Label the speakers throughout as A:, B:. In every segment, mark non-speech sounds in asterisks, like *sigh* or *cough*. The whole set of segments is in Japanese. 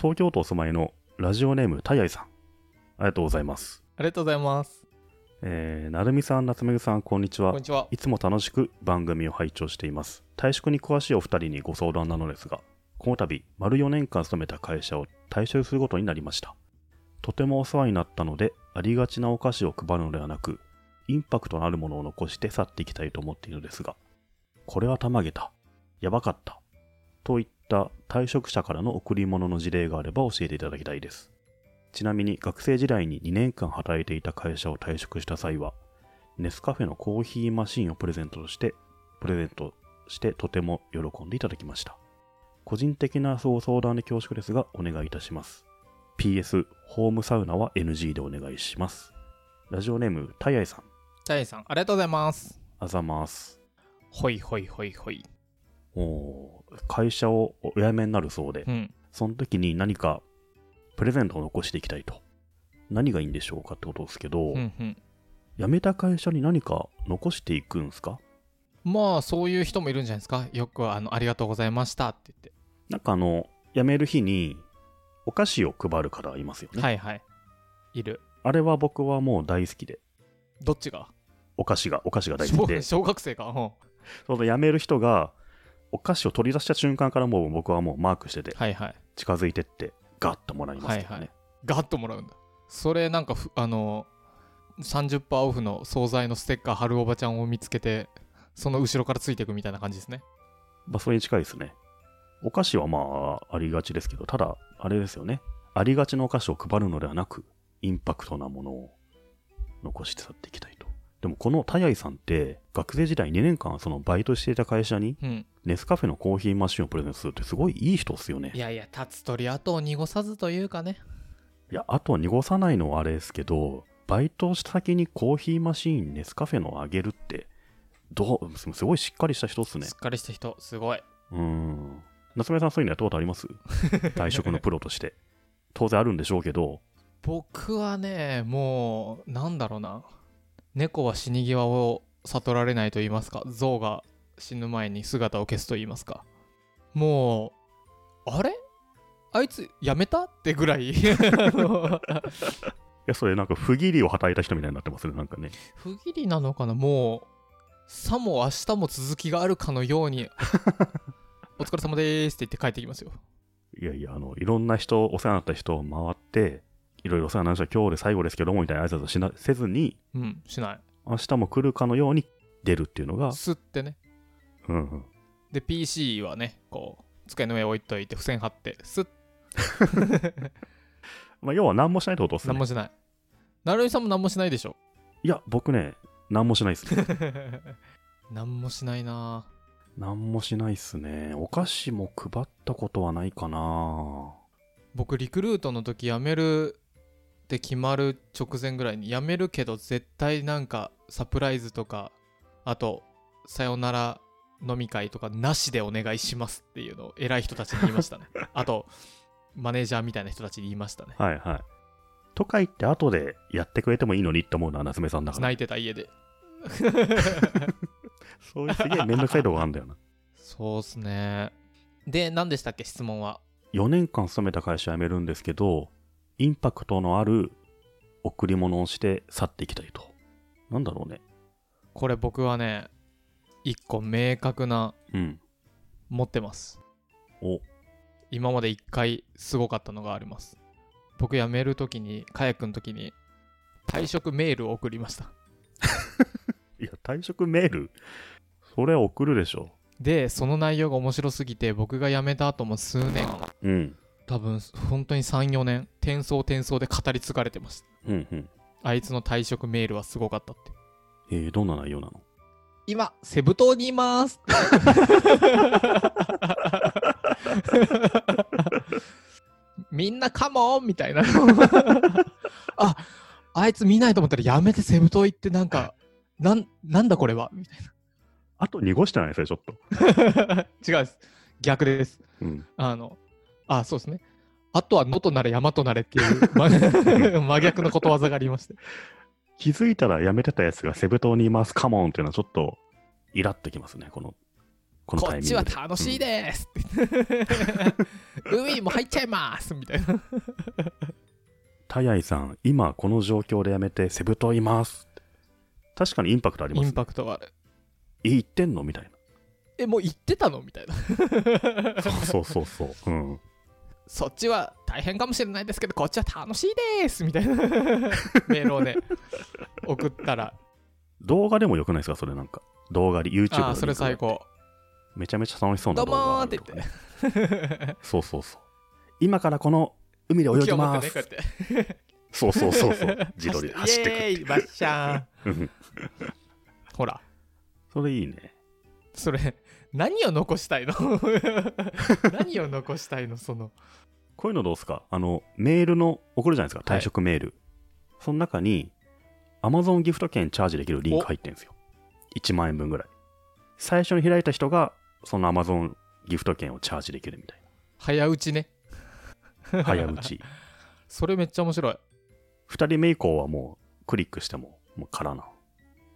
A: 東京都お住まいのラジオネームたやいさん。ありがとうございます。
B: ありがとうございます。
A: えー、なるみさん、なつめぐさん、こんにち
B: こ
A: は
B: んに。ちは。
A: いつも楽しく番組を拝聴しています。退職に詳しいお二人にご相談なのですが、この度、丸4年間勤めた会社を退職することになりました。とてもお世話になったので、ありがちなお菓子を配るのではなく、インパクトのあるものを残して去っていきたいと思っているのですが、これはたまげた。やばかった。といった退職者からの贈り物の事例があれば教えていただきたいです。ちなみに学生時代に2年間働いていた会社を退職した際は、ネスカフェのコーヒーマシンをプレゼントとして、プレゼントしてとても喜んでいただきました。個人的なご相談で恐縮ですが、お願いいたします。PS、ホームサウナは NG でお願いします。ラジオネーム、たやいさん、
B: タイさん、ありがとうございます。
A: あざます。
B: ほいほいほいほい。
A: おー会社をお辞めになるそうで
B: う、ん。
A: その時に何かプレゼントを残していきたいと。何がいいんでしょうかってことですけど、
B: うんうん。
A: 辞めた会社に何か残していくんですか
B: まあ、そういう人もいるんじゃないですか。よく、あの、ありがとうございましたって言っ
A: なんかあの、辞める日にお菓子を配る方いますよ
B: て。
A: ね。
B: はいはい。いる。
A: あれは僕はもう大好きで、
B: どっちが
A: お菓子が、お菓子が大好き
B: 小
A: で、
B: 小学生か。うん。は
A: その辞める人がお菓子を取り出した瞬間からもう僕はもうマークしてて、
B: いはい。
A: 近づいてってガッともらいますけどね。
B: はいはいガッともらうんだ。それ、なんかふ、あの、30%オフの惣菜のステッカー貼るおばちゃんを見つけて、その後ろからついていくみたいな感じですね。
A: まあそれに近いですね。お菓子はまあありがちですけど、ただ、あれですよね。ありがちなお菓子を配るのではなく、インパクトなものを残して去っていきたいと。でもこのタヤイさんって、学生時代2年間そのバイトしていた会社に
B: うん。
A: ネスカフェのコーヒーマシンをプレゼントするってすごいいい人っすよね。
B: いやいや、立つ鳥後を濁さずというかね。
A: いや、あとは濁さないのはあれですけど、バイトした先にコーヒーマシンネスカフェのあげるって、どう、すすごいしっかりした人っすね
B: しっ。かりした人、すごい。
A: うーん。夏目さんそういうのやったことあります
B: *laughs*
A: 退職のプロとして。当然あるんでしょうけど、
B: 僕はねもうなんだろうな猫は死に際を悟られないと言いますか象が死ぬ前に姿を消すと言いますかもうあれあいつやめたってぐらいあの
A: いや、それなんか不義理を働いた人みたいになってますね、なんかね。
B: 不義理なのかなもうさも明日も続きがあるかのようにお疲れ様でーすって言って帰ってきますよ
A: いやいや、あの、いろんな人、お世話になった人を回って、いろいろお世話になりました、今日で最後ですけども、みたいな挨拶をしなせずに、
B: うんしない
A: 明日も来るかのように出るっていうのが、
B: 吸ってね
A: うんうん。
B: で PC はねこう机の上置いといて付箋貼ってスッ
A: まあ、要は何もしないってことです
B: 何
A: ね
B: も。しない。なるみさんも何もしないでしょ。
A: いや、僕ね、何もしないっすね。 *laughs*
B: 何もしないなぁ
A: 何もしないっすね。お菓子も配ったことはないかな
B: 僕、リクルートの時辞めるって決まる直前ぐらいに辞めるけど絶対なんかサプライズとか、あと、さよなら飲み会とかなしでお願いしますっていうのを偉い人たちに言いましたね。あと、マネージャーみたいな人たちに言いましたね。
A: はいはい。とか言って後でやってくれてもいいのにって思うのは夏目さんだから。
B: 泣いてた家で。
A: そういうすげえめんどくさいとこがあるんだよ
B: *laughs*
A: な。
B: そうっすね。で、何でしたっけ質問は。
A: 4年間勤めた会社辞めるんですけど、インパクトのある贈り物をして去っていきたいと。なんだろうね。
B: これ僕はね、一個明確な
A: うん。
B: 持ってます
A: お、
B: 今まで一回すごかったのがあります僕辞めるときにカヤ君のときに退職メールを送りました
A: いや、退職メールそれは送るでしょ。
B: でその内容が面白すぎて僕が辞めた後も数年
A: うん。
B: 多分本当に34年転送転送で語り継がれてまし
A: うんうん。
B: たあいつの退職メールはすごかったって
A: えー、どんな内容なの
B: 今セブ島にいますみんなカモンみたいなああいつ見ないと思ったらやめてセブ島行ってなんかなんなんだこれはみ
A: あと濁してないですね、ちょっと。
B: たいな違うです逆です
A: うん。
B: あのあそうですねあとは野となれ山となれっていうま *laughs* 真逆のことわざがありまして
A: 気づいたら辞めてたやつがセブ島にいます、カモンっていうのはちょっとイラってきますね、このこの
B: *laughs* こ
A: タイ
B: っ
A: ミン
B: ち
A: グ
B: は
A: で
B: 楽しいですって言って *laughs* 海にも入っちゃいますみたいな
A: タヤイさん今この状況でやめてセブ島います確かにインパクトありま
B: イ
A: す、
B: ン
A: ね、
B: パクトはある
A: え言ってんのみ
B: *laughs*
A: たい
B: えもう行ってたのみたいな
A: なそうそうそうそう、うん、
B: *laughs* そっちは大変かもしれないですけどこっちは楽しいですみたいなメールをね送ったら
A: 動画でもよくないですかそれなんか動画で YouTube
B: あ
A: の
B: あそれ
A: リンクが
B: 最高
A: めちゃめちゃ楽しそうな動画があるとかね
B: どうも
A: そうそうそう今からこの海で泳ぎ
B: 持っ
A: ま
B: て
A: す
B: ねこうやって
A: そうそうそう
B: *laughs*
A: そう自撮りで走ってく
B: イエーイバッシャ
A: う
B: ー
A: ん
B: ほら
A: それいいね
B: それ何を残したいの *laughs* 何を残したいのその
A: こういうのどうですかあの、メールの、送るじゃないですか、退職メール。その中に、Amazon ギフト券チャージできるリンク入ってるんですよ。1万円分ぐらい。最初に開いた人が、その Amazon ギフト券をチャージできるみたい
B: 早打ちね
A: な。早打ち。
B: それめっちゃ面白い
A: 2人目以降はもう、クリックしても、もう空な。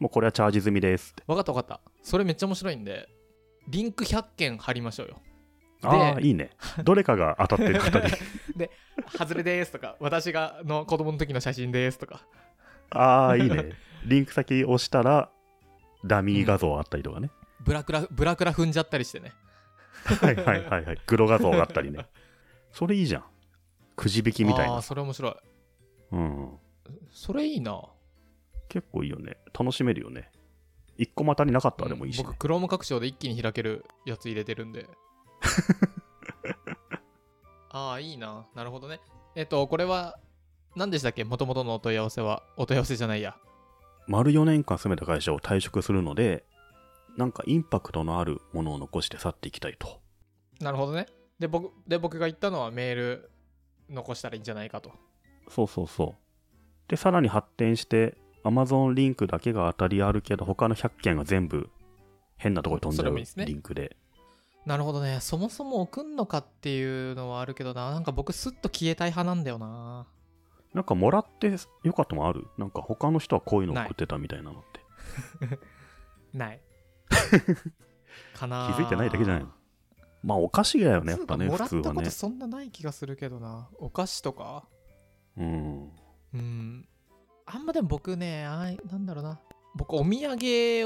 A: もうこれはチャージ済みですって。
B: わかったわかったそれめっちゃ面白いんでリンク100件貼りましょうよ
A: ああ、いいね。どれかが当たってる2人。
B: 外れですとか私がの子供の時の写真ですとか
A: ああ、いいね。リンク先押したら、ダミー画像あったりとかね。
B: ブラクラブラクラ踏んじゃったりしてね
A: はいはいはいはい。黒画像があった
B: *laughs*
A: りね。それいいじゃん。くじ引きみたい
B: あー
A: な。
B: それ面白い
A: うん。
B: それいいな
A: 結構いいよね。楽しめるよね。一個も当たりなかったらでもいいし、ね
B: 僕クローム拡張で一気に開けるやつ入れてるん *laughs* でああいいななるほどねえっとこれは何でしたっけもともとのお問い合わせはお問い合わせじゃないや
A: 丸4年間勤めた会社を退職するので、なんかインパクトのあるものを残して去っていきたいと。
B: なるほどねで僕で僕が言ったのはメール残したらいいんじゃないかと
A: そうそうそう。で、さらに発展して、Amazon リンクだけが当たりあるけど、他の100件が全部変なところに飛んじゃ
B: それもいいです
A: う
B: ね
A: リンクで。
B: なるほどねそもそも送んのかっていうのはあるけどななんか僕スッと消えたい派なんだよな
A: なんかもらってよかったもんあるなんか他の人はこういうの送ってたみたいなのって。
B: ない
A: *laughs*
B: かな
A: 気づいてないだけじゃないのまあお菓子だよね、やっぱね、
B: つうか
A: 普通
B: もら
A: は
B: ったこ
A: ね
B: と。そんなない気がするけどなお菓子とか
A: うん。
B: うんあんまでも僕ねあいなんだろうな僕お土産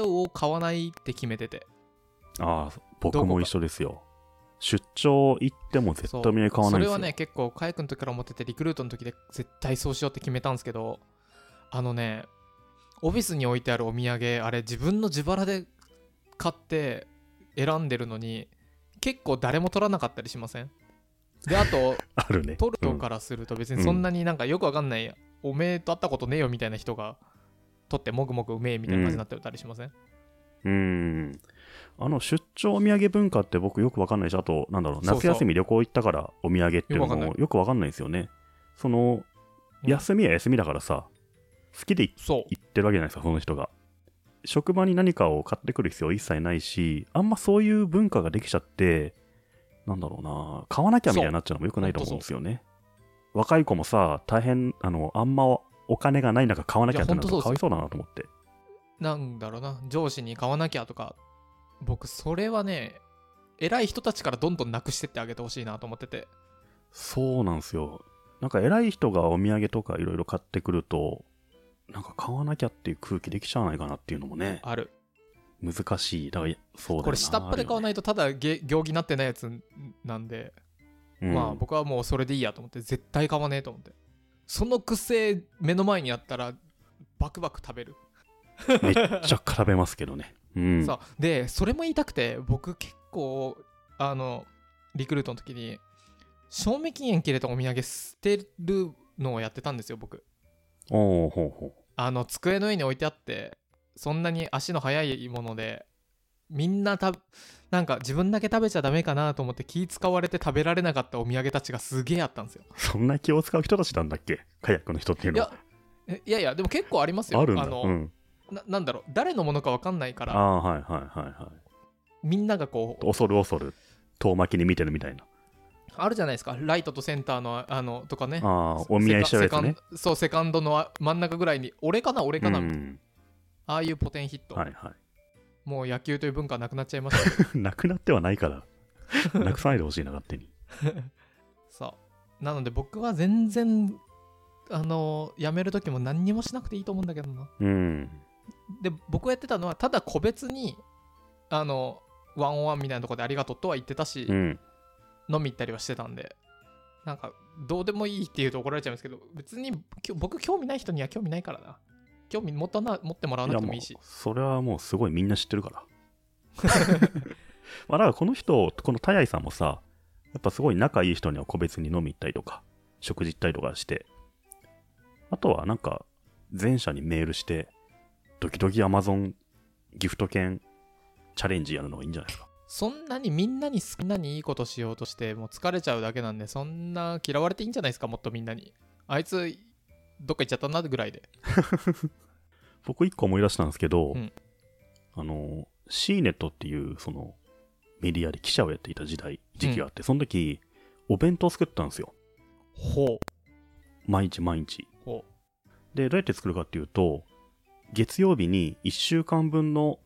B: を買わないって決めてて
A: ああ、
B: ど
A: 僕
B: こ
A: も
B: か
A: 一緒ですよ。出張行っても絶対お土産買わ
B: そ
A: ないんで
B: れ
A: すよ。
B: はね結構カヤ君の時から思っててリクルートの時で絶対そうしようって決めたんですけどあのねオフィスに置いてあるお土産あれ自分の自腹で買って選んでるのに結構誰も取らなかったりしませんであと
A: あるね。
B: トルコからすると別にそんなになんかよくわかんない、おめえと会ったことねえよみたいな人が取ってもぐもぐうめえみたいな感じになってたりしません、
A: うん。うんあの、出張お土産文化って僕よくわかんないし、あと、なんだろう、
B: そうそう
A: 夏休み旅行行ったからお土産っていうの
B: よくわかんな
A: もよくわかんないんですよね。その、
B: うん
A: 休みは休みだからさ、好きで行
B: そう
A: 行ってるわけじゃないですか、その人が。職場に何かを買ってくる必要一切ないし、あんまそういう文化ができちゃって、なんだろうな、買わなきゃみたいになっちゃうのも良くないと思うんですよね。若い子もさ、大変、あの、あんまお金がない中買わなきゃってなる
B: いや
A: と
B: ほ
A: か
B: ん
A: わ
B: と
A: いそうだなと思って。
B: なんだろうな上司に買わなきゃとか僕それはね偉い人たちからどんどんなくしてってあげてほしいなと思ってて
A: そうなんですよ。なんか偉い人がお土産とかいろいろ買ってくると、なんか買わなきゃっていう空気できちゃわないかなっていうのもね、
B: ある
A: 難しい。だから、そうだよな、
B: これ下っ端で買わないいとただげ行儀なってないやつなんで、
A: うん
B: まあ僕はもうそれでいいやと思って絶対買わねえと思ってその癖目の前にあったらバクバク食べる、
A: *laughs* めっちゃ絡めますけどね。うん。
B: さあでそれも言いたくて僕結構あのリクルートの時に賞味期限切れたお土産捨てるのをやってたんですよ僕
A: おおほうほ
B: あの机の上に置いてあってそんなに足の速いものでみんなたなんか自分だけ食べちゃダメかなと思って気使われて食べられなかったお土産たちがすげえあったんですよ
A: う。そんな気を使う人たちなんだっけカヤックの人っていう
B: い
A: の
B: や
A: は。
B: えいやいやでも結構ありますよ
A: あるんだ。
B: の、
A: うん。
B: ななんだろう誰のものか分かんない
A: あ
B: から
A: あ、はいはいはいは
B: みんながこ
A: い。
B: う
A: 恐る恐る、遠巻きに見てるみたいな。
B: あるじゃないですかライトとセンターのあのとかね
A: ああ、お見合いしちゃうやつ
B: セ
A: ね。
B: カンそうセカンドのあ真ん中ぐらいに俺かな俺かな、
A: うん。
B: ああいうポテンヒット、
A: はいはい。
B: もう野球という文化はなくなっちゃいました *laughs* けど
A: なくなってはない *laughs* から、 *laughs* なくさないでほしいな、勝手に。
B: そうなので僕は全然あの辞める時も何にもしなくていいと思うんだけどな
A: うん。
B: で僕がやってたのはただ個別にあのワンオンワンみたいなところでありがとうとは言ってたし、
A: うん。
B: 飲み行ったりはしてたんでなんかどうでもいいって言うと怒られちゃうんですけど別にきょ僕興味ない人には興味ないからな興味持たな持ってもらわなくてもいいし
A: やうそれはもうすごいみんな知ってるから *laughs* まあだからこの人このタヤイさんもさやっぱすごい仲いい人には個別に飲み行ったりとか食事行ったりとかしてあとはなんか前者にメールしてドキドキアマゾンギフト券チャレンジやるのがいいんじゃないですか
B: そんなにみんなに好きなにいいことしようとしてもう疲れちゃうだけなんでそんな嫌われていいんじゃないですかもっとみんなにあいつどっか行っちゃったなぐらいで
A: 僕一個思い出したんですけど、
B: うん
A: あの C ネットっていうそのメディアで記者をやっていた時代時期があって、その時お弁当作ったんですよ
B: ほう
A: 毎日毎日
B: ほ
A: で、どうやって作るかっていうと、月曜日に1週間分の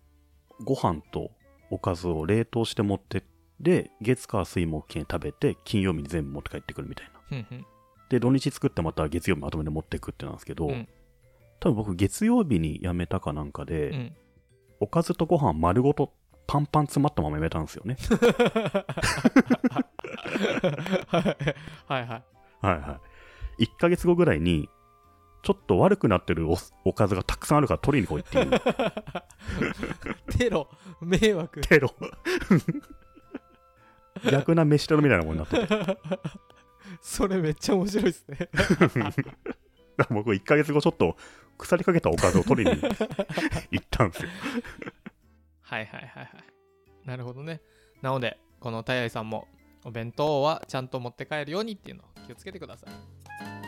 A: ご飯とおかずを冷凍して持ってって、月火水木金食べて、金曜日に全部持って帰ってくるみたいな。
B: うふんふん
A: で、土日作ってまた月曜日まとめて持ってくってなんですけど、
B: うん
A: 多分僕月曜日に辞めたかなんかで、
B: うん
A: おかずとご飯丸ごとパンパン詰まったまま辞めたんですよ
B: *laughs*
A: ね。
B: はい *laughs* は
A: はいはい。1ヶ月後ぐらいに、ちょっと悪くなってるおおかずがたくさんあるから取りに来いっていう
B: いテロ迷惑
A: テロ。逆な飯テロみたいなもんになってて。
B: それめっちゃ面白いですね
A: だから僕、1ヶ月後、ちょっと腐りかけたおかずを取りに行ったんですよ。
B: はいはいはいはいなるほどねなのでこのたやいさんもお弁当はちゃんと持って帰るようにっていうのを気をつけてください